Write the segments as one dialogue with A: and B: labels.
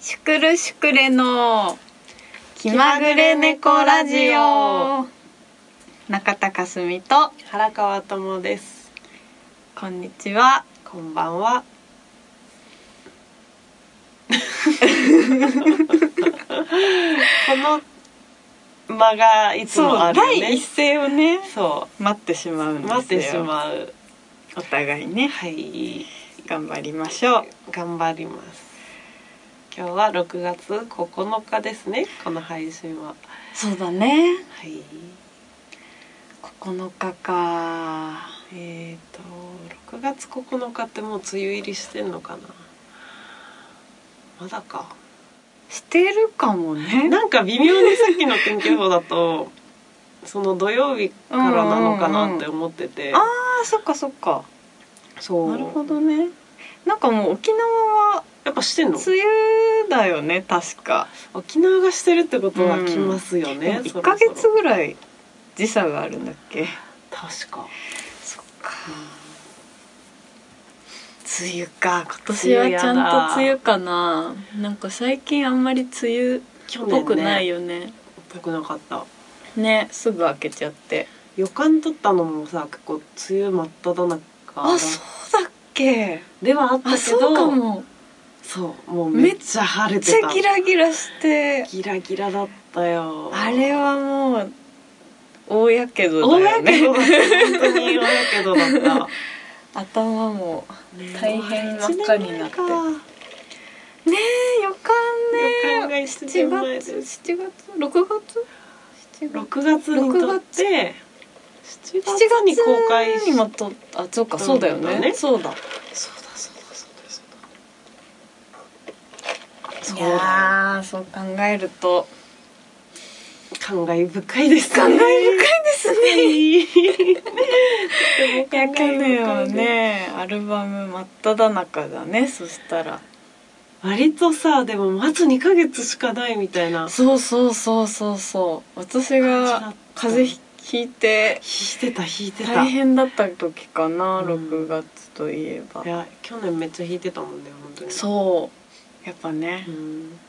A: シュクルシュクレの気まぐれ猫ラジオ中田かすみと
B: 原川智です
A: こんにちは
B: こんばん はこの間がいつもあるよ
A: 第
B: ね
A: 一声をね
B: そ
A: 待ってしまう
B: うん
A: ですよ
B: 待ってしまう
A: お互いね
B: はい
A: 頑張りましょう
B: 頑張ります今日は6月9日ですねこの配信は
A: そうだね
B: はい
A: 9日か
B: えー、と6月9日ってもう梅雨入りしてんのかなまだか
A: してるかもね
B: なんか微妙にさっきの天気予報だとその土曜日からなのかなって思って
A: んう
B: て、
A: んうんあーそっかそっか
B: そう
A: なるほどねなんかもう沖縄は
B: やっぱしてんの
A: 梅雨だよね確か
B: 沖縄がしてるってことは来ますよ
A: で
B: ね、
A: も1
B: そろそ
A: ヶ
B: ろ
A: 月ぐらい時差があるんだっけ
B: 確か
A: そっか梅雨か今年はちゃんと梅雨かななんか最近あんまり梅雨っ
B: 去
A: ぽ
B: 年
A: く
B: ね
A: ないよね
B: ぽくなかった
A: ねすぐ開けちゃって
B: 予感だったのもさ結構梅雨真っ只中
A: あそうだっけ
B: ではあったけど
A: あそうかも
B: そうもうめっちゃ晴れ
A: めっち
B: てた
A: ゃギラギラして
B: ギラギラだったよ
A: あれはもう大やけど
B: 大
A: だ
B: や
A: よ
B: けど
A: ね
B: だった本当に大やけどだった
A: 頭も大変真っ赤になって
B: ね
A: ねえ予感ね
B: 予感が一年前
A: 7
B: で
A: 月7月6月7
B: 6月に撮って7月
A: 7月
B: に公開
A: に
B: し
A: もとあそうかそうだよ
B: そうだ
A: ね
B: ね
A: そうだ
B: そうだそうだそう
A: い
B: だそうだそうだよ
A: やーそう考えると
B: 感慨深いですね
A: 感慨
B: 深いですね
A: いや去年はねアルバム真っ只中だねそしたら
B: 割とさでもまず2ヶ月しかないみたいな
A: そうそうそうそうそう私が風邪ひいて
B: 引いてた引いてた
A: 大変だった時かな、
B: うん
A: 6月といえば
B: いや去年めっちゃ引いてたもんね本当に
A: そうやっぱね、
B: うん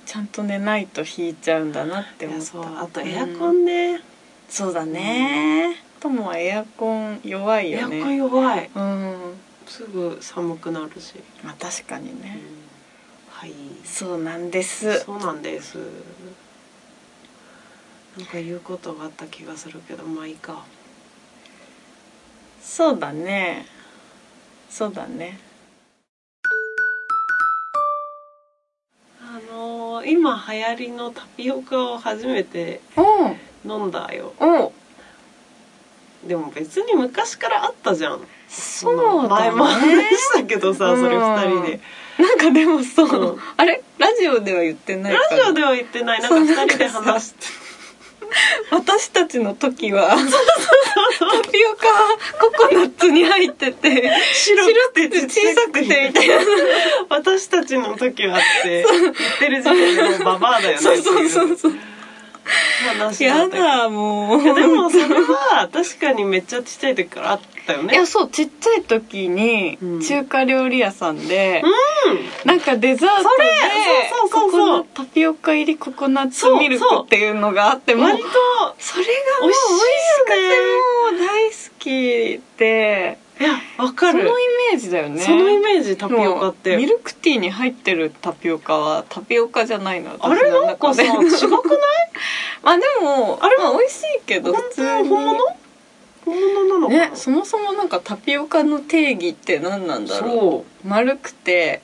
A: ちゃんと寝ないと引いちゃうんだなって
B: い
A: 思っ
B: や
A: た
B: そうあとエアコンね、
A: そうだね、ともはエアコン弱い
B: エア
A: よ
B: コ
A: ね
B: ン弱い
A: うん
B: すぐ寒くなるし、
A: まあ確かにね、
B: はい
A: そうなんです
B: そうなんですなんか言うことがあった気がするけどまあいいか
A: そうだねそうだね
B: あのー今流行りのタピオカを初めて
A: おう
B: 飲んだよ
A: おう
B: でも別に昔からあったじゃん
A: そう
B: 前
A: だ
B: も話
A: ね
B: したけどさ、それ二人で
A: なんかでもそう、
B: うん
A: あれラジオでは言ってない
B: ラ
A: から
B: ジオでは言ってないなんか二人で話して
A: 私たちの時はタピオカはココナッツに入ってて
B: 白
A: 白く
B: くて
A: て小さくてみたいな
B: 私たちの時はって言ってる時点でもうババアだよね
A: そうそうそうそう
B: 話だ
A: や
B: ったけどい
A: だもう
B: やでもそれは確かにめっちゃちっちゃい時からあったよ
A: い
B: ね
A: やそうちっちゃい時に
B: うん
A: 中華料理屋さんで、
B: うん
A: なんかデザートで
B: それそうそうそうそう
A: ココナタピオカ入りココナッツミルクっていうのがあってもう
B: 割と
A: それがもう美味しくてもう大好きで
B: いやわ
A: そ
B: か
A: の
B: る
A: イメージだよね
B: そのイメージタピオカっ
A: もうミ
B: て
A: ルクティーに入ってるタピオカはタピオカじゃないの
B: あれなんかさ
A: 私
B: 違
A: の
B: く
A: 中 で
B: な
A: まあでも
B: あれ
A: まあ、美味しいけ
B: い
A: ど
B: 本
A: 普
B: 当
A: 通
B: 本
A: に
B: 物本物なのかな
A: ね、そもそもなんかタピオカの定義って何なんだろう
B: そう
A: 丸くて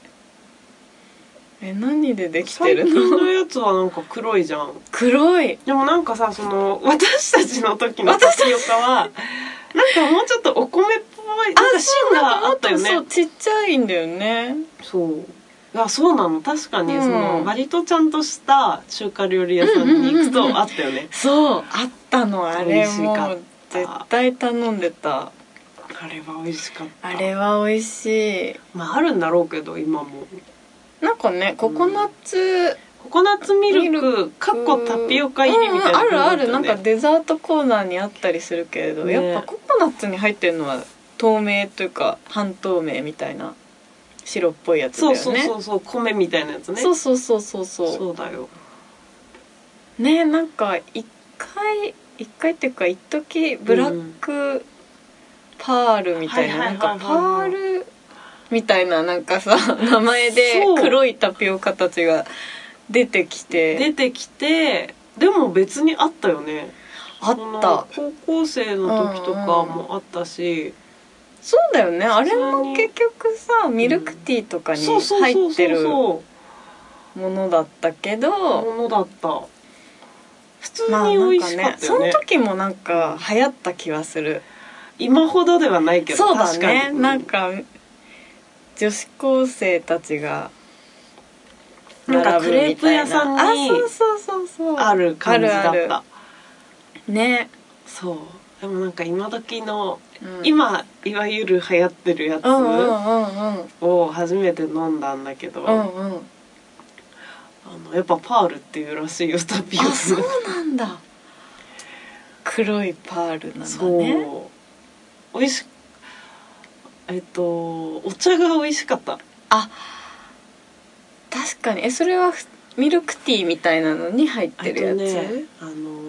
A: え何でできて
B: 最
A: る
B: 近
A: の
B: のやつはなんか黒いじゃん
A: 黒い
B: でもなんかさその私たちの時のタピオカはなんかもうちょっとお米っぽいなんか芯があったよね
A: そうちっちゃいんだよね
B: そうあそうなの確かに、
A: うん
B: その割とちゃんとした中華料理屋さん
A: うんう
B: に行く
A: んうんうん
B: とあったよね、
A: そうあったのあ
B: 美
A: れ
B: 味し
A: も
B: かっ
A: う絶対頼んでた
B: あれは美味しかった
A: あれは美味しい
B: まああるんだろうけど今も
A: なんかねココナッツ
B: ココナッツミル
A: ミ
B: クかっこタピオカ入りみたいな
A: うんうんあるある
B: だ
A: な
B: っ
A: ん
B: たよ
A: か
B: ね
A: デザートコーナーにあったりするけれど、
B: ね
A: やっぱココナッツに入ってるのは透明というか半透明みたいな白っぽいやつだ
B: そ
A: よ
B: う
A: ね
B: そうそうそう米みたいなやつね
A: そうそうそうそうそう
B: そうだよ
A: ねなんか一回一回っていうか一時ブラックパールみたいな、
B: はいはい
A: なん
B: はいは
A: か
B: い
A: パールみたいななんかさ名前で
B: そう
A: 黒いタピオカたちが出てきて
B: 出てきてでも別にあったよね
A: あっ
B: その
A: た
B: 高校生の時とかもあったし、
A: そうだよねあれ
B: 普通
A: も
B: に
A: 結局さミルクティーとかに
B: そうそうそ
A: 入
B: う
A: って
B: そう
A: るも
B: そ
A: のだったけ
B: う
A: ど
B: ものだった普通
A: まあ
B: に
A: な
B: 美
A: ん
B: 味
A: か
B: しか
A: ね
B: った
A: そ
B: よね,、
A: の時もなんか流行った気はする
B: 今ほどではないけど
A: そうだ
B: 確か
A: ね
B: に
A: なんか女子高生たちが
B: なんか
A: 並ぶみたいな
B: クレープ屋さんに
A: あそうそうそうそう
B: ある感じだった
A: あるあるね、
B: そうでもなんか今時の、
A: うん
B: 今いわゆる流行ってるやつ
A: うんうんうんうん
B: を初めて飲んだんだけど、
A: う
B: あ
A: んうん
B: のやっぱパールっていうらしいよタピオカ
A: あそうなんだ黒いパールなんだ
B: そう
A: ね
B: 美味しえっとお茶が美味しかった
A: あ確かにえそれはふミルクティーみたいなのに入ってるやつ、
B: えっとねあのー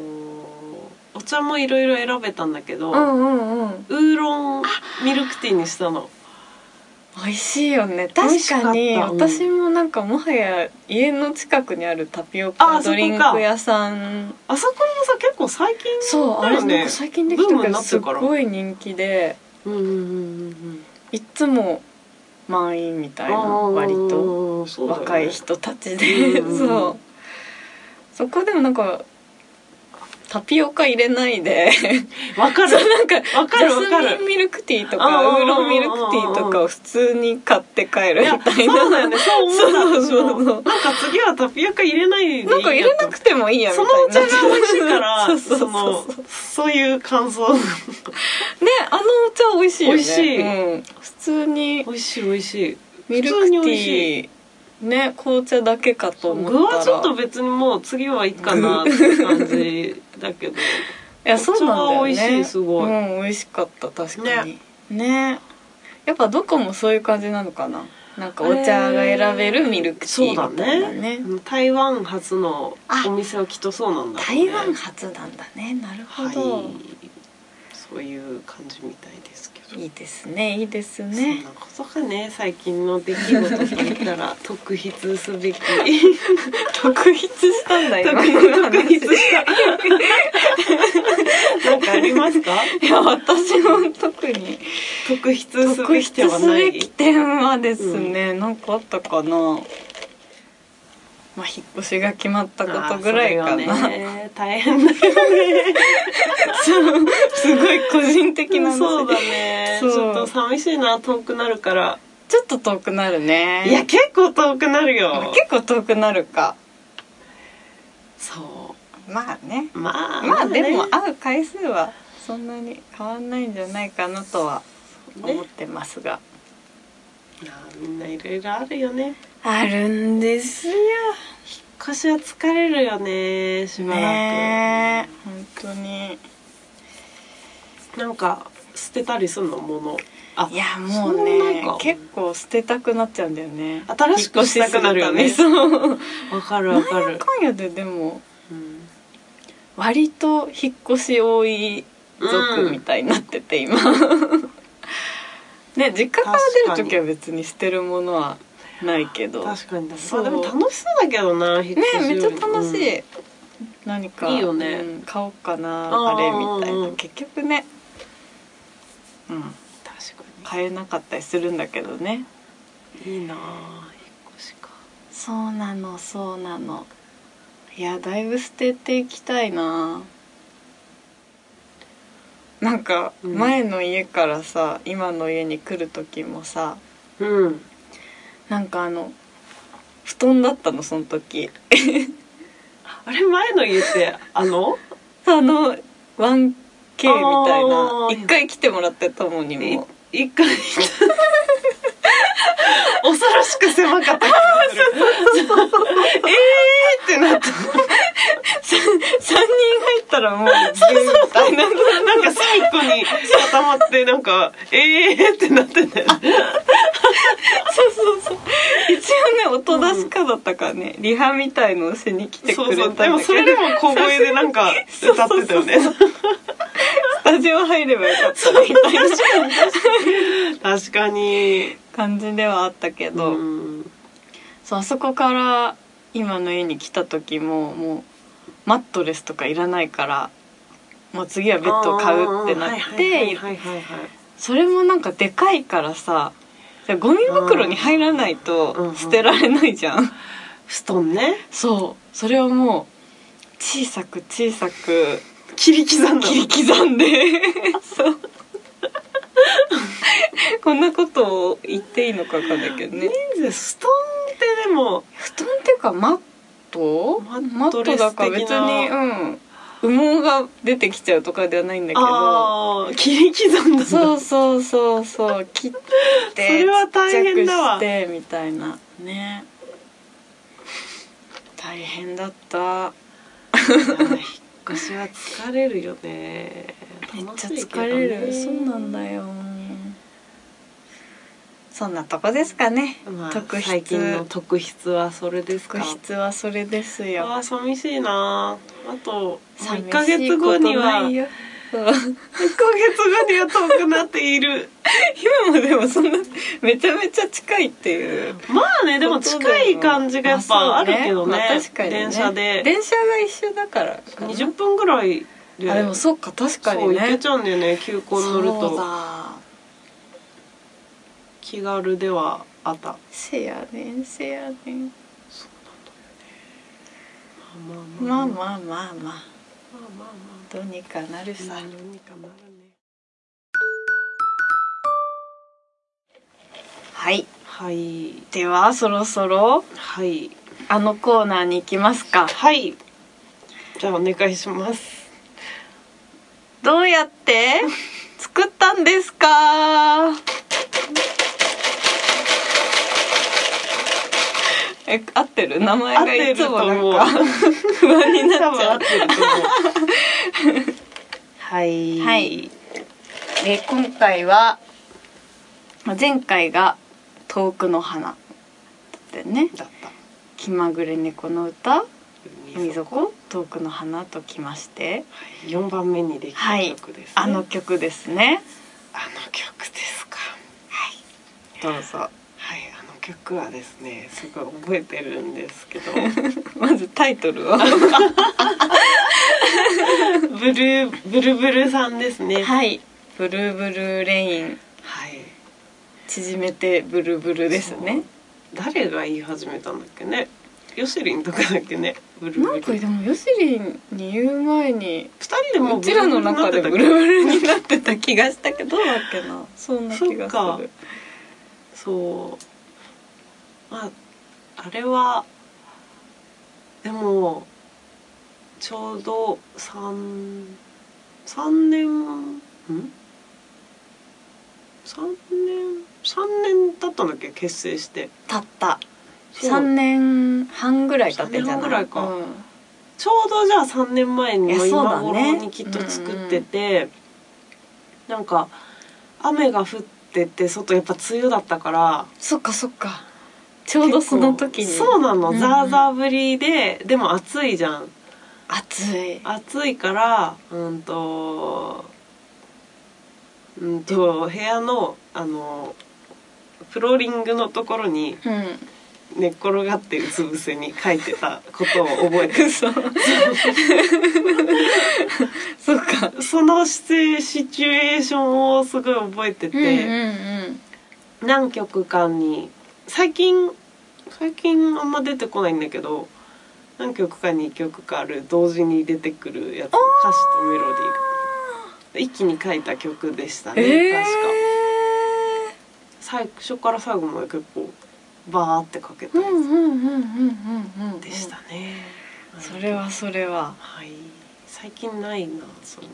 B: お茶もいろいろ選べたんだけど、
A: うんうんうん
B: ウーロンミルクティーにしたの
A: 美味しいよね
B: 美味
A: 確
B: しかった
A: かに
B: うん
A: 私もなんかもはや家の近くにあるタピオカ
B: あ
A: ド
B: そこか
A: リンク屋さん
B: あそこもさ結構最近
A: そう,、あ
B: だ
A: れな
B: よ
A: ん
B: ね
A: か最近できた
B: ブーム
A: け
B: に
A: ど
B: なっ
A: す
B: て
A: っ
B: から
A: ごい人気で
B: うんうんうんうん
A: いつも満員みたいな
B: うん
A: 割と
B: と
A: 若い人たちで
B: うん
A: そうそこでもなんかタピオカ入れないで
B: わか
A: そう
B: る
A: なんか
B: わか
A: ジ
B: る
A: ャ
B: わか
A: スミン
B: る
A: ミルクティーと
B: あ
A: か
B: ー
A: ウーロンミルクティーとかを普通に買って帰
B: い
A: る
B: や
A: みたい
B: そうだよ
A: な。
B: ねそう思った
A: そうそうそう
B: 私もなんか次はタピオカ入れないでいいやと
A: なんか入れなくてもいいやみた
B: そ
A: い
B: のお
A: な
B: 茶が美味しいか ら
A: そうそうそう
B: そのそういう感想
A: ねあのお茶美味しいよね
B: 美味しい
A: うん、普通に
B: 美味しい美味しい
A: ミル
B: 普通
A: ク
B: に美
A: テ
B: 味し
A: ィーね紅茶だけかと
B: 具
A: 思ったら
B: はちょっと別にもう次はいいかなっていう感じだけど
A: いやそうなんだよね
B: 紅茶は美味しいすごい
A: うん、美味しかった確かにねやっぱどこもそういう感じなのかななんかお茶が選べるミルクティーみたいな
B: そうだ
A: ね
B: ね台湾発のお店はきっとそうなんだろうね
A: 台湾発なんだねなるほど、
B: はいそういう感じみたいですけど
A: い、いですねいいです
B: そん
A: ね
B: なことかね最近の出来事といったら特筆すべき
A: 特筆したんだ
B: 特
A: 今
B: 筆
A: の
B: 特筆
A: 話
B: したなんかありますか
A: いや私も特に
B: 特筆す
A: 特
B: べ
A: 筆
B: きでは
A: す
B: な
A: べ
B: い
A: き点はですね、なんかあったかなまあ引っ越しが決まったことぐらいか
B: あーそ
A: な、
B: れはね大変だけどね
A: すごい個人的な話
B: そうだねち
A: そう
B: ょっと寂しいな遠くなるから
A: ちょっと遠くなるね
B: いや結構遠くなる
A: まあ
B: よ
A: 結構遠くなるか
B: そ
A: まあね
B: うまあ
A: まあ
B: ね
A: でも会う回数はそんなに変わんないんじゃないかなとは思っ
B: ね
A: てますが、
B: いやみんないろいろあるよね
A: あるんですよ
B: 腰は疲れるよねしばらく、
A: ねえ本当に
B: なんか捨てたりすんのものあ
A: いやもう
B: そんな
A: ね
B: んか
A: 結構捨てたくなっちゃうんだよね
B: 新しくしたくなるよね
A: 引っ越しするためそう
B: わかる
A: な
B: わ
A: ん
B: か
A: や
B: る、
A: かんやででも
B: うん
A: 割と引っ越し多い族みたいになってて今、ね実家から出る時は別に捨てるものはないけどね
B: 確かに確か
A: そう
B: にあでも楽しそうだけどな引っ越し
A: めっちゃ楽し
B: より
A: い、何か
B: いいよね
A: うん買おうかな
B: あ
A: あ
B: ー
A: れみたい
B: うんう
A: なん結局ねうん
B: うん確か
A: 買えなかったりするんだけどね
B: にいいなあ引っ越しか
A: そうなのそうなのいやだいぶ捨てていきたいななんか
B: うん
A: 前の家からさ、今の家に来る時もさ
B: うん
A: なんかあの布団だったのその時
B: あれ前の家ってあの
A: あの 1K みたいな
B: あー
A: 一回来てもらってたもに
B: い
A: も
B: 一回恐ろしく狭かった気がするえーってなった
A: 3人入ったらも う自由みたいな
B: なんか最後に固まってなんか「ええー!」ってなってたよね
A: そうそう 一応ね音出すかだったからね、リハみたいのをしに来てく
B: そう
A: れた
B: そ
A: んだ
B: う
A: けど
B: でもそれでも小声でなんか歌ってたよね
A: そうそうそうスタジオ入ればよか ったなみたいな
B: 確かに
A: 感じではあったけど、
B: うん
A: そうあそこから今の家に来た時ももうマットレスとかいらないからもう次はベッドを買うってなっ
B: はい
A: て
B: はいはいはいはい
A: それもなんかでかいからさゴミ袋に入らない
B: うんう
A: と
B: ん
A: 捨てられないじゃん。
B: 布団ね
A: そうそれをもう小さく小さく
B: 切り刻んだ
A: 切り刻んでそうこんなことを言っていいのかわかんないけどね
B: で布団ってでも
A: 布団っていうかマット
B: マ
A: マ
B: ッ
A: ッ
B: ト
A: ト
B: レス的な
A: だから別にうん羽毛が出てきちゃうとかではないんだけど
B: ああ切り刻んだ
A: そうそうそうそう切って
B: それは大変だわ
A: ちっちゃくしてみたいなね大変だった
B: いや引っ越しは疲れるよね
A: めっ
B: 楽
A: ち
B: し
A: ゃ
B: いけど
A: 疲れるそうなんだよそんなとこですかね
B: まあ
A: 特筆
B: 最近の特筆はそれですか
A: 特筆はそれですよ
B: あー寂しいなあと
A: 寂し
B: 1
A: い
B: ヶ月後には
A: ことない
B: 1ヶ
A: よそう
B: 月後には遠くなっている
A: 今もでもそんなめちゃめちゃ近いっていう
B: まあねでも近い感じがやっぱあるけどね,、
A: まあ確かにね
B: 電車で
A: 電車が一緒だからかな
B: 20分ぐらいで
A: あでもそっか確か
B: そ
A: に
B: う
A: ね
B: 行けちゃうんだよね急行乗る
A: そう
B: と
A: だ
B: 気軽ではあったま
A: せやねんせやねん
B: あま
A: まあ
B: あまあまあ
A: まあまあまあ
B: まあまあまあ
A: どうにかなるさ、
B: うんどうにかなるね
A: はい
B: はい
A: ではそろそろ
B: はい
A: あのコーナーに行きますか
B: はいじゃあお願いします
A: どうや って作ったんですかえ合ってる名前がいつもなん
B: 合っ
A: か
B: てると
A: 不安にな
B: 多
A: っち
B: 分合
A: ゃ
B: っ
A: う
B: てると思うはい
A: はいで今回は前回が「遠くの花」だったよね
B: だった
A: 「気まぐれ猫の歌」「
B: 海
A: 海
B: 底
A: 底」「遠くの花」ときまして
B: 四番目にできた曲ですね、
A: あの曲ですね
B: あの曲ですか
A: どうぞ
B: はいあの曲はですねすごい覚えてるんですけど
A: まずタイトルは
B: ブルーブルブルさんですね い、
A: はい「ブルーブルーレイン」
B: はい、
A: 縮めてブルブルですね
B: 誰が言い始めたんだっけねヨシリンとかだっけねブルブル
A: なんかでもヨシリンに言う前に
B: 二人でも
A: うちらの中でブルブルになってた気がしたけどどうだっけなそんな気が
B: そっ
A: す
B: か
A: る
B: そうまああれはでもちょうど三三年ん三年三年だったんだっけ結成して
A: たった
B: そう
A: 3年半ぐらい経ってんじゃない
B: 三年半ぐらいか
A: うん
B: ちょうどじゃあ3年前に
A: いやそう
B: 今
A: だね
B: 頃にきっと作ってて、なんか雨が降ってて外やっぱ梅雨だったから
A: そっかそっかちょうどその時に
B: 結構そうなの、
A: うんうん
B: ザーザー降りででも暑いじゃん
A: 暑い
B: 暑いからうんとうんと部屋のあのフローリングのところに
A: うん
B: 寝っ転がってうつ伏せに書いてたことを覚えて
A: 嘘そっか
B: そのシシチュエーションをすごい覚えて
A: うんうん
B: て、
A: うん
B: 何曲かに最近最近あんま出てこないんだけど何曲かに曲かある同時に出てくるやつ歌詞とメロディーが一気に書いた曲でしたね、
A: えー
B: 確か最初から最後まで結構バーって書けた
A: うん
B: や
A: うんうんうんうんうん
B: つでしたね、
A: それはそれは
B: はい最近ないなその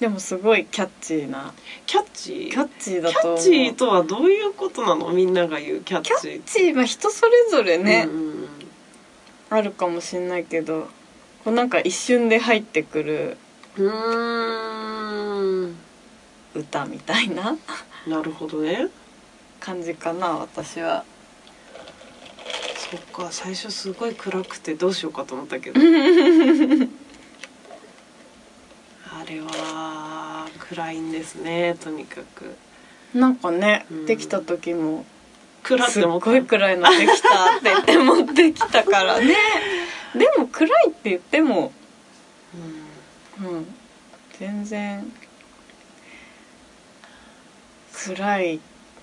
A: でもすごいキャッチーな
B: キャッチー
A: キャッチーだ
B: キャ
A: と
B: ッ
A: 思う
B: チーとはどういうことなのみんなが言うキャッチ
A: キャ
B: ー
A: ッチーまあ人それぞれね、
B: うんうんうん
A: あるかもしんないけどこうなんか一瞬で入ってくる
B: うーん
A: 歌みたいな
B: なるほどね
A: 感じかな私は
B: そっか最初すごい暗くてどうしようかと思った けどあれは暗いんですねとにかく
A: なんかね、
B: うん
A: できた時も
B: 暗っ
A: すって
B: 思っ
A: ごい
B: た
A: 暗いのできたって言って持ってきたから ねでも暗いって言っても、
B: うん
A: うん、全然暗い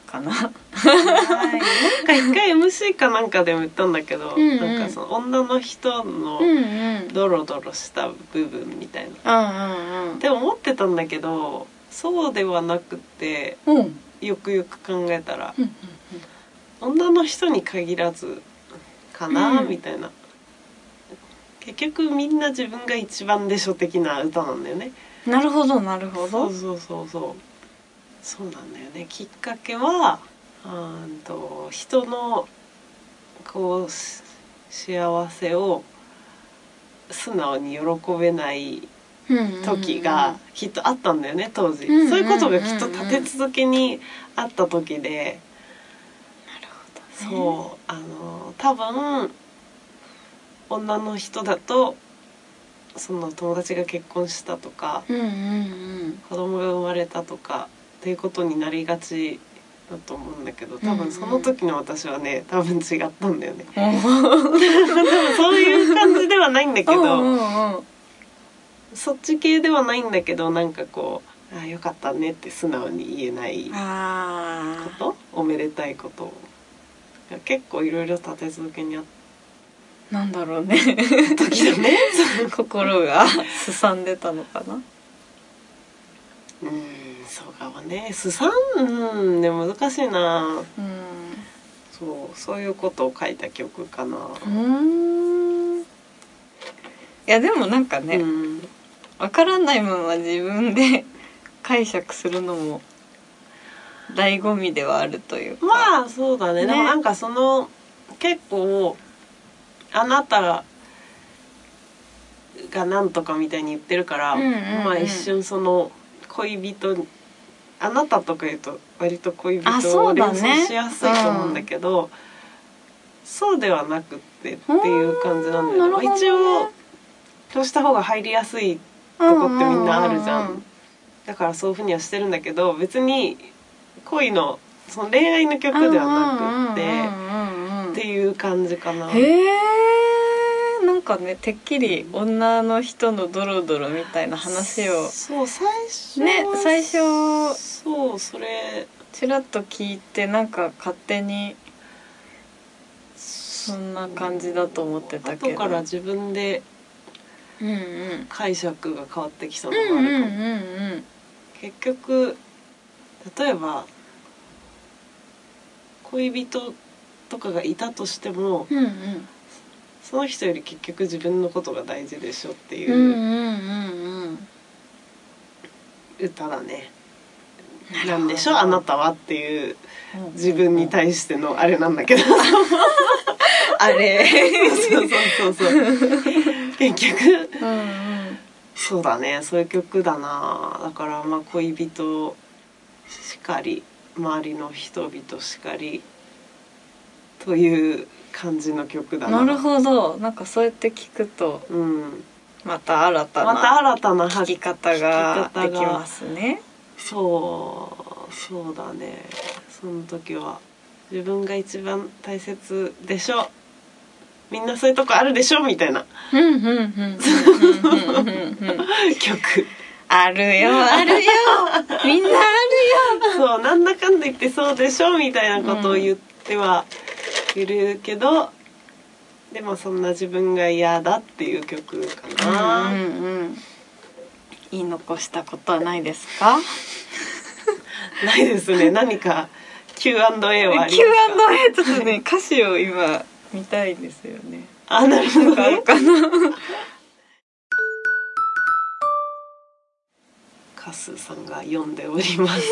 A: かな
B: なんか一回 MC かなんかでも言ったんだけど、
A: うんうん
B: なんかその女の人の
A: うんうん
B: ドロドロした部分みたいな。
A: うんうん
B: でも思ってたんだけどそうではなくて
A: うんうん
B: よくよく考えたら
A: うん
B: 女の人に限らずかな、
A: うん
B: みたいな。結局みんな自分が一番でしょ的な歌なんだよね。
A: うんなるほどなるほ
B: そ
A: ど
B: うそうそうそうそうなんだよねきっかけはうーんと人のこうし幸せを素直に喜べない時がきっとあったんだよね当時、
A: うんうんうんうん
B: そういうことがきっと立て続けにあった時で、
A: なるほどね
B: そうあの多分女の人だとその友達が結婚したとか、
A: うんうん
B: 子供が生まれたとかっていうことになりがちだと思うんだけど多
A: うんう
B: 分
A: ん
B: その時の私はね多分違ったんだよね
A: うんうん
B: そういう感じではないんだけ
A: うんう
B: ど
A: んうん
B: そっち系ではないんだけどなんかこう「ああよかったね」って素直に言えないこ
A: ああ
B: とおめでたいことが結構いろいろ立て続けにあっ
A: なんだろう ね
B: た時 だね。
A: 心がすさんでたのかな
B: うんそうかもねすさんうんね難しいな
A: うん
B: そうそういうことを書いた曲かな。
A: うんいやでもなんかね、
B: うん
A: わからないまま自分で 解釈するのも醍醐味ではあるというか、あ、
B: まあそうだね
A: ね
B: でもなんかその結構あなたがなんとかみたいに言ってるから、
A: うんうんうん
B: まあ一瞬その恋人にあなたとか言うと割と恋
A: あ
B: 人
A: そ
B: を
A: うだ
B: 連
A: ね
B: 想しやすいと思うんだけどそう,、ではなくってっていう感じなん
A: な
B: だ
A: る
B: よ
A: ほ
B: ね、
A: どね
B: 一応そうした方が入りやすいとこってみんなあるじゃん,、
A: ううう
B: だからそういうふうにはしてるんだけど別に恋のその恋愛の曲ではなくって、
A: うんうんうんうんうん
B: っていう感じかな
A: へえんかねてっきり女の人のドロドロみたいな話を
B: そう最初は
A: ね最初
B: そうそれ
A: ちらっと聞いてなんか勝手にそんな感じだと思ってたけど
B: 後から自分で
A: うんうん
B: 解釈が変わってきた
A: う
B: のがあるか
A: ん
B: も、
A: うんうん
B: 結局例えば恋人とかがいたとしても
A: うんうんうん
B: その人より結局自分のことが大事でしょって
A: うんうん
B: い
A: う
B: う
A: んうん
B: 歌だね、
A: ほど
B: なんでしょうあなたはっていう自分に対してのあれなん だけど
A: あ れ
B: そうそうそうそう結局
A: うんうん
B: そうだねそういう曲だなだからまあ恋人しかり周りの人々しかりという感じの曲だな
A: なるほどなんかそうやって聞くと
B: うん、
A: また新た
B: また
A: な
B: 新たな
A: 聞
B: 発
A: き方が
B: 聞
A: で
B: き方
A: き
B: が
A: ますね
B: そうそうだねその時は自分が一番大切でしょみんなそういうとこあるでしょみたいな
A: うんうんうんうんうんうんうんうん
B: 曲
A: あるよあるよみんなあるよ
B: そうなんだかんだ言ってそうでしょみたいなことを言ってはいるけど、でもそんな自分が嫌だっていう曲かな、
A: うんうん言い残したことはないですか
B: ないですね何か Q&A はありますか
A: Q&A ちょっとね歌詞を今見たいんですよ ね
B: あなるほ
A: なん
B: ど
A: かあ
B: ね
A: るかな
B: カスさんが読んでお ります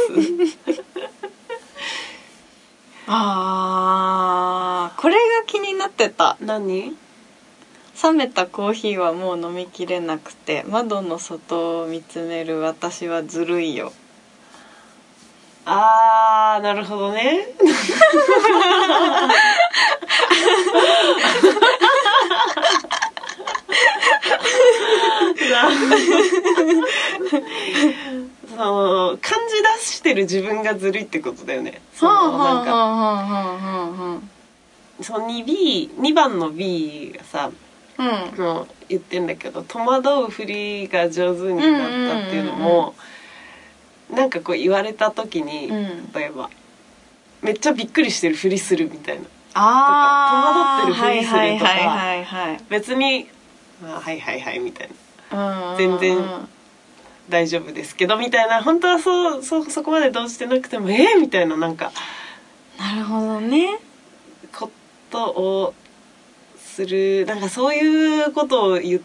A: あーこれが気になってた
B: 何
A: 冷めたコーヒーはもう飲みきれなくて窓の外を見つめる私はずるいよ
B: あーなるほどねてる自分がずるいってことだよね。そ
A: はあ
B: の
A: はあ
B: なん
A: は
B: か、
A: あは
B: その 2B、2番の B がさ、
A: あはあはあ。
B: の言ってんだけど戸惑うふりが上手になったっていうのも、なんかこう言われた時に、
A: うん。うん。
B: 例えばめっちゃびっくりしてるふりするみたいな
A: ああ。
B: とか戸惑ってるふりするとか
A: はいはいはいはい
B: 別に「あはいはいはい」みたいな
A: はい。
B: 全然
A: うんうんうん
B: 「大丈夫ですけど」みたいな本当はそうそうそこまで動じてなくても「えー、みたいななんか
A: なるほどね。
B: ことをするなんかそういうことを言っ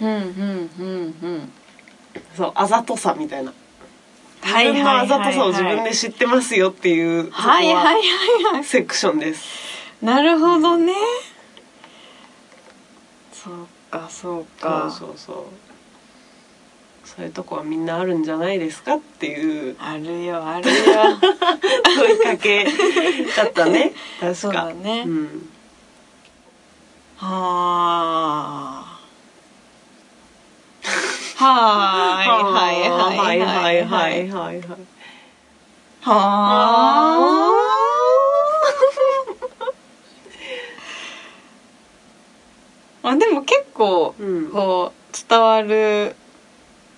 A: うんうんうんうん。
B: そうあざとさみたいな自
A: はいはい
B: 分のあざとさを自
A: はい
B: 分
A: はい
B: で知ってますよっていうそこ
A: はいはいはいはい。
B: セクションです。
A: なるほどね。そうかそう
B: そう
A: か。
B: そうそうそういうとこはみんなあるんじゃないですかっていう
A: あるよあるよ。
B: 問いかけだったね確か
A: そうだね
B: うん、
A: はあ。はーいはいはいはい
B: は
A: はいい。
B: はいはいはい
A: はあ。あでも結構
B: うん
A: こう伝わる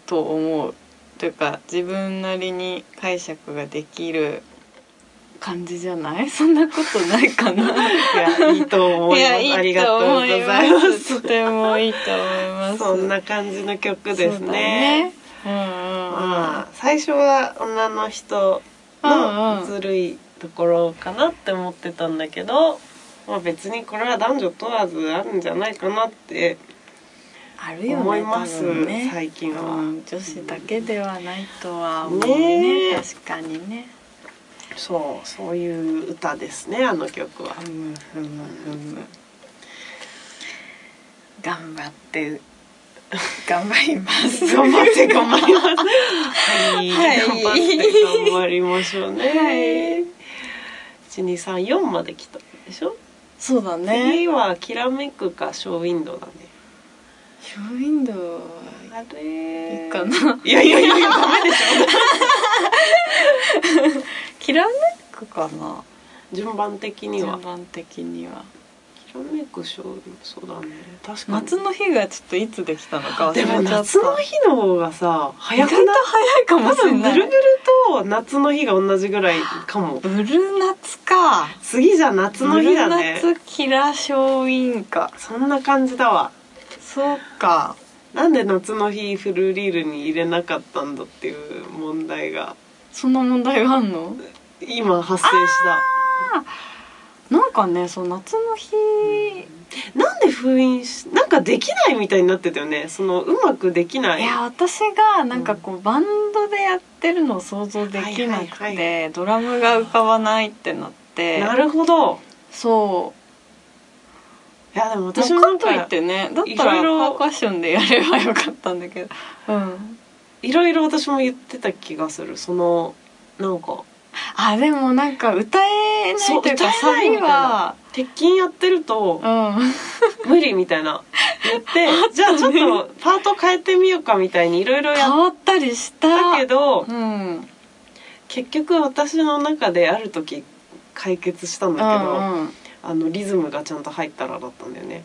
A: と思うというか自分なりに解釈ができる感じじゃないそんなことないかな
B: いやいいと思いますありがとうございます
A: とてもいいと思います
B: そんな感じの曲です
A: そう
B: ね
A: だうんうんうん
B: まあ最初は女の人
A: うんう
B: の
A: ん
B: ずるいところかなって思ってたんだけど、まあ、別にこれは男女問わずあるんじゃないかなって
A: あるよね
B: 思います、
A: 多分ね
B: 最近は、
A: うん女子だけではないとは思う
B: ね
A: ね
B: え
A: 確かにね
B: そうそういう歌ですねあの曲は
A: ふむふむふむ頑張 って頑張ります
B: 頑張って頑張りますはい、
A: はい
B: 頑張って頑張りましょうね、1234まで来たでしょ、
A: そうだね
B: 次は「きらめく」か「ショーウィンドウ」だね
A: ショーウィンドウは
B: あれ
A: いいかない
B: やいやいやいやダメでし
A: きらめくかな
B: ょ 順番的には
A: 順番的には
B: きらめくショーウィンドウそうだね確かに
A: 夏の日がちょっといつできたのか忘れ
B: で
A: ちゃった
B: も夏の日の方がさ
A: 意
B: 早
A: 外
B: く
A: と
B: ない
A: 早いかも
B: 多
A: しれ
B: 分ブ
A: ない
B: ルブルと夏の日が同じぐらいかも
A: ブル夏か
B: 次じゃ夏の日だね
A: ブル夏キラショーウィンか
B: そんな感じだわ
A: そうか
B: なんで夏の日フルリールに入れなかったんだっていう問題が
A: そんな問題があんの
B: 今発生し
A: なんかねそう夏の日い
B: たなんで封印しなんかできないみたいになってたよねそのうまくできない
A: や私がなんかこうバンドでやってるのを想像できなく
B: はいは
A: てドラムが浮かばないってなって
B: なるほど
A: そ
B: いやでも
A: うで
B: 私も
A: も
B: な
A: か
B: ん
A: とい
B: か
A: ってねだっ
B: い
A: たらパ
B: ろいろ
A: ーカッションでやればよかったんだけどうん
B: いろいろ私も言ってた気がするそのなんか
A: あでもなんか歌えな
B: そう
A: いというか
B: 歌え
A: サ
B: ないみ
A: ビ
B: たいな
A: は
B: 鉄筋やってると
A: うん
B: 無理みたいな言って じゃあちょっとパート変えてみようかみたいにいろいろや
A: 変
B: っ
A: わったりした
B: たけど
A: うんうん
B: 結局私の中である時解決したんだけど、
A: うん
B: あのリズムがちゃんと入ったらだったんだよね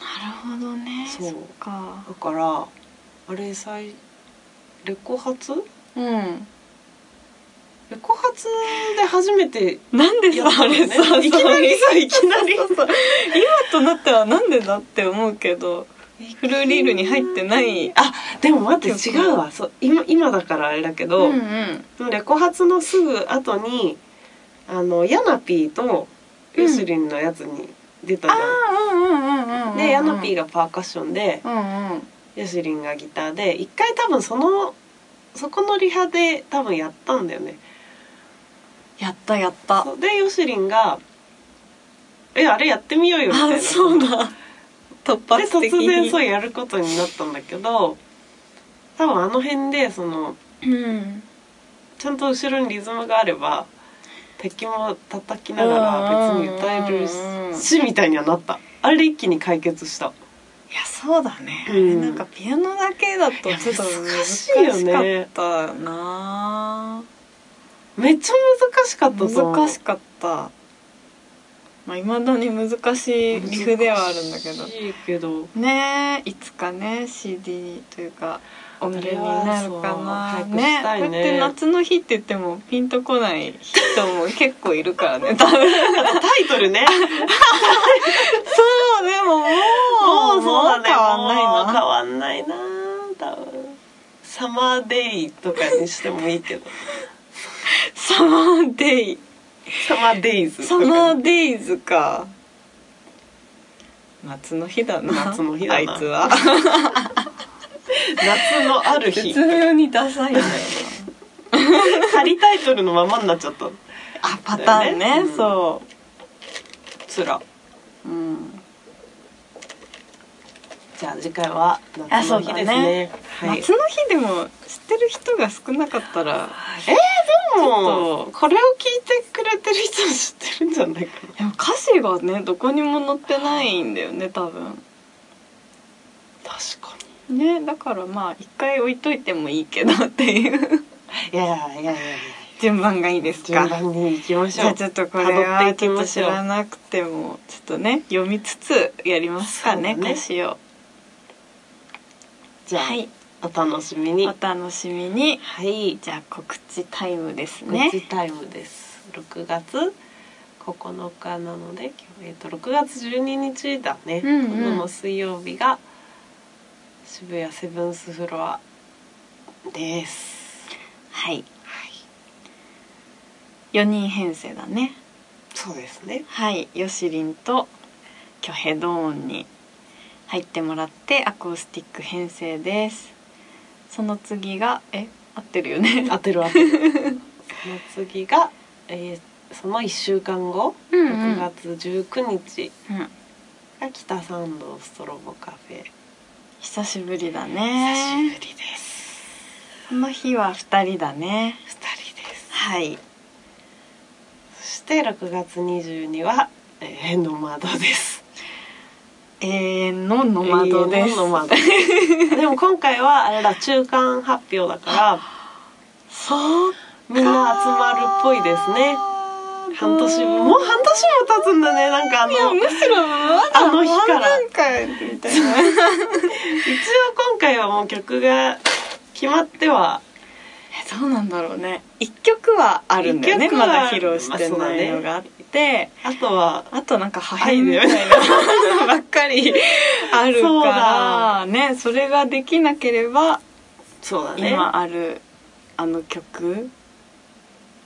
A: なるほどね
B: そう
A: っか
B: だからあれ最レコ発
A: うん
B: レコ発で初めて
A: なんで
B: やっ
A: さ
B: た
A: あ
B: の
A: れ
B: ね
A: さ
B: いきなりさいきなり
A: そうそう今となってはなんでだって思うけど フルリールに入ってない
B: あでも待って違
A: 曲
B: うわそう今今だからあれだけど、
A: ん
B: レコ発のすぐ後にあのヤナピーとユスリンのやつに出たじゃん、
A: うんうんうんうん
B: でヤナピー
A: が
B: がパーカッションで
A: うんうん
B: ユスリンがギターで一回多分そのそこのリハで多分やったんだよね
A: やったやったあ
B: そうでヨシリンが「えあれやってみようよ」みたいな
A: そうだ突
B: で
A: 発
B: 突
A: 的に
B: 然そううやることになったんだけど多分あの辺でその
A: うん
B: ちゃんと後ろにリズムがあれば敵も叩きながら別に歌えるし
A: うんうんうん
B: しみたいにはなったあれで一気に解決した
A: いやそうだね、
B: うん
A: なんかピアノだけだとちょっと難しか
B: いや難しいよ
A: ったなあ
B: めっちゃ難しかったと思う
A: 難しかったまあ、未だに難しいリフではあるんだけど
B: 難しいけど
A: ねえいつかね CD というかお見れになるか
B: あれは
A: な
B: そう早く
A: ね
B: したいね
A: こうやって夏の日って言ってもピンとこない人も結構いるから ね多分
B: タイト ルね
A: そうでももう
B: もうそうだね
A: 変わんない
B: もう
A: な
B: 変わんないな多分サマーデイとかにしてもいいけど
A: サマーデイ
B: サマーデイズ
A: サ
B: とか
A: マ
B: に
A: ーデイズか夏の日だな
B: 夏の日だ
A: あ
B: な
A: いつ は
B: 夏のある日
A: 絶妙にダ サいんだよな
B: 仮タイトルのままになっちゃった
A: あパターン
B: だ
A: ね
B: よねうん
A: そ
B: つら
A: ううん
B: じゃあ次回は夏の日ですねはい
A: 夏の日でも知ってる人が少なかったら
B: も
A: ちょっと
B: うこれを聞いてくれてる人知ってるんじゃないかな
A: でも歌詞がねどこにも載ってないんだよね多分
B: 確かに
A: ねだからまあ一回置いといてもいいけどっていう
B: いやいやいやいやいや
A: 順番がいいですか
B: 順番に行きまし
A: じ
B: ょ
A: ゃ
B: う
A: あちょっとこれ
B: 辿
A: は
B: って
A: ち
B: いき
A: ょっと
B: ま
A: 知
B: しょう
A: らなくてもちょっとね読みつつやりますかね
B: そうだね
A: 歌詞を
B: じゃあ、
A: はい
B: お楽しみに
A: お楽しみに
B: はい
A: じゃあ告知タイムです
B: ね
A: ね
B: ッチタイムです6月9日なので今日、えっと、6月12日だね、
A: うんうん
B: 今度の水曜日が渋谷セブンスフロアです
A: はい
B: はい
A: 4人編成だね
B: そうですね
A: はい、ヨシリンと巨兵ドーンに入ってもらってアコースティック編成です。その次がえ合ってるよ ね。
B: 当てる当てるその次が、えーその1週間後
A: うん
B: 6月19日
A: うん、
B: が北参道ストロボカフェ、
A: 久しぶりだね。
B: 久しぶりです
A: この日は二人だね。
B: 2人です
A: はい、
B: そして6月22日は、えー、ノマドです。
A: 永遠のノマドで
B: 永
A: す
B: 遠。のノマドでも今回はあれだ中間発表だから
A: そう、
B: みんな集まるっぽいですね。半年ももう半年も経つんだねなんかあの
A: いやむしろまだ
B: あの日から
A: なんかみたい な。
B: 一応今回はもう曲が決まっては
A: えどうなんだろうね一曲はあるんだよね
B: 一曲は
A: まだ披露して
B: まあそうだ
A: ない
B: ね
A: のがあって、
B: あとは
A: あとなんか破片みたいなばっかりある
B: そう
A: から
B: だ
A: ねそれができなければ
B: そうだね
A: 今あるあの曲、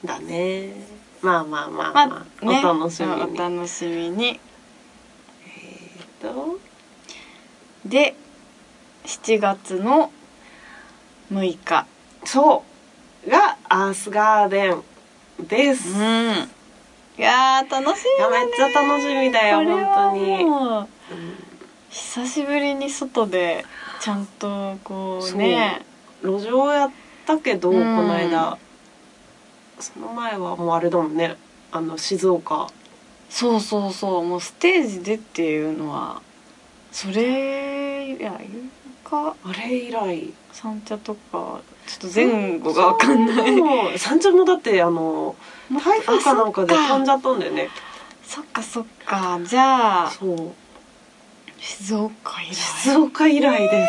B: だねまあまあまあ、まあ
A: まあね、
B: お楽しみに、
A: お楽しみに
B: えーと
A: で7月の6日
B: そうがアースガーデンです、
A: うんいやー楽し
B: い
A: み
B: や
A: だ
B: め
A: ね
B: っちゃ楽しみだよ
A: これは
B: 本当に、
A: もう
B: うん
A: 久しぶりに外でちゃんとこう
B: そう
A: ね
B: 路上やったけど、
A: うん
B: この間その前はもうあれだもんねあの静岡
A: そうそうそうもうステージでっていうのはそれ以来か
B: あれ以来
A: 三茶とかちょっと前後が分かんない
B: もう三茶もだってあの台風かなんかで飛んじゃったんだよね
A: そっかそっかじゃあ
B: そう
A: 静岡以来
B: 静岡以来で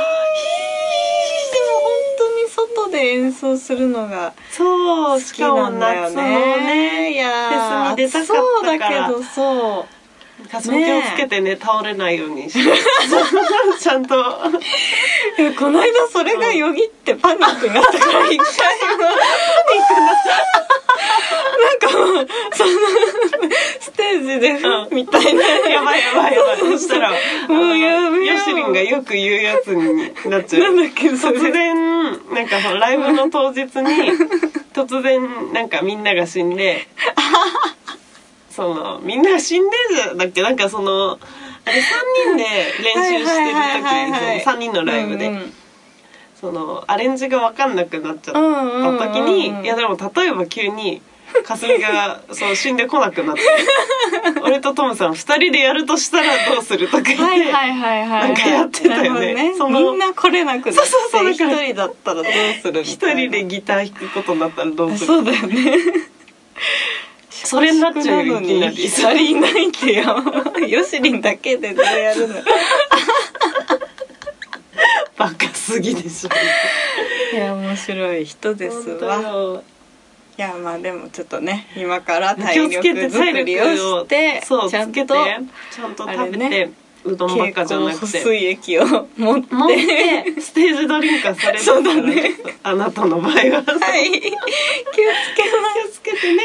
B: す、
A: でも本当に外で演奏するのが
B: そ
A: 好
B: うし
A: き
B: か
A: な
B: も
A: んだよ
B: 夏のね
A: ねいやー
B: フェスに出たかったから
A: そうだけどそう
B: ガス抜けをつけてね倒れないようにして ちゃんと
A: いや この間それがよぎってパニックになったから一回もパニックになったなんかもうそのステージで、
B: うん
A: みたいな
B: やばいやばいやばいそしたら
A: もうやめよう
B: ヨシリンがよく言うやつになっちゃ
A: な
B: うん
A: だっけそれ
B: 突然なんかそのライブの 当日に突然なんかみんなが死んでそのみんなが死んでじゃだっけなんかそのあれ3人で練習してる
A: はいはいはいはいはい
B: 時その3人のライブで、
A: うんうん
B: そのアレンジが分かんなくなっちゃった
A: うんうんうんうん
B: 時に、いやでも例えば急にかすみがそう死んでこな くなって俺とトムさん二人でやるとしたらどうするとか言って、
A: はいはいはいはい、はい、
B: なんかやってたよね
A: なるほ
B: そ
A: ど
B: の
A: みんな来れなくなって
B: そうそうそうだ
A: 一
B: から
A: 人だったらどうするみ
B: 一
A: たいな
B: 人でギター弾くことになったらどうする
A: そうだよね
B: それになっちゃうよ
A: の
B: いき
A: に
B: ないり
A: きなりいないってよ ヨシリンだけでどうやるのい
B: バカすぎでしょ
A: や面白い人ですわ
B: 本
A: いやまあでもちょっとね今から
B: 当よ
A: 体
B: 気をつけて
A: 力作りをして
B: 体力をそう
A: ちゃ
B: つ
A: ん
B: けて
A: と
B: ちゃんと食べ
A: あ
B: て、
A: れ
B: うどんばっ
A: 蛍
B: かじゃな
A: 光
B: く
A: 補
B: て
A: 水液を持って
B: 持ってステージドリンクはされて
A: そうだね
B: あなたの場合は
A: はい、気をつけます。
B: つけてね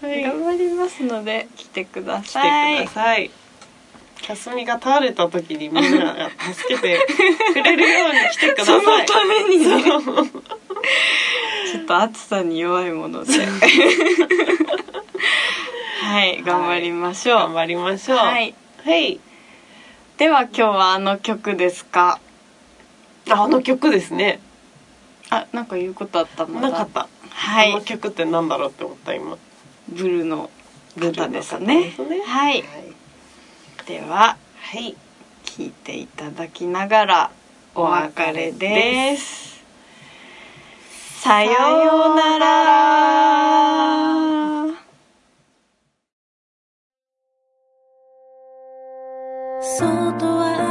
A: はい、
B: はい
A: 頑張りますので、来てくだ
B: 来てく
A: さい。
B: ださいかすみが倒れた時にみんなが助けてくれるように来てくだ
A: そ
B: さ
A: の
B: い
A: ためにね、
B: そう
A: ちょっと暑さに弱いも ので。はい、頑張りましょう。
B: 頑張りましょう
A: はい、
B: はい
A: では、今日はあの曲ですか。
B: ああの曲ですね
A: あ、なんか言うことあったまだ
B: なかった
A: は
B: あの
A: い、
B: 曲ってなんだろうって思った今
A: ブルーの
B: ブルー
A: 方
B: の
A: ですね。
B: 方ですね
A: はい、では、
B: はい
A: 聞いていただきながら。お別れです。さようなら。
C: 外は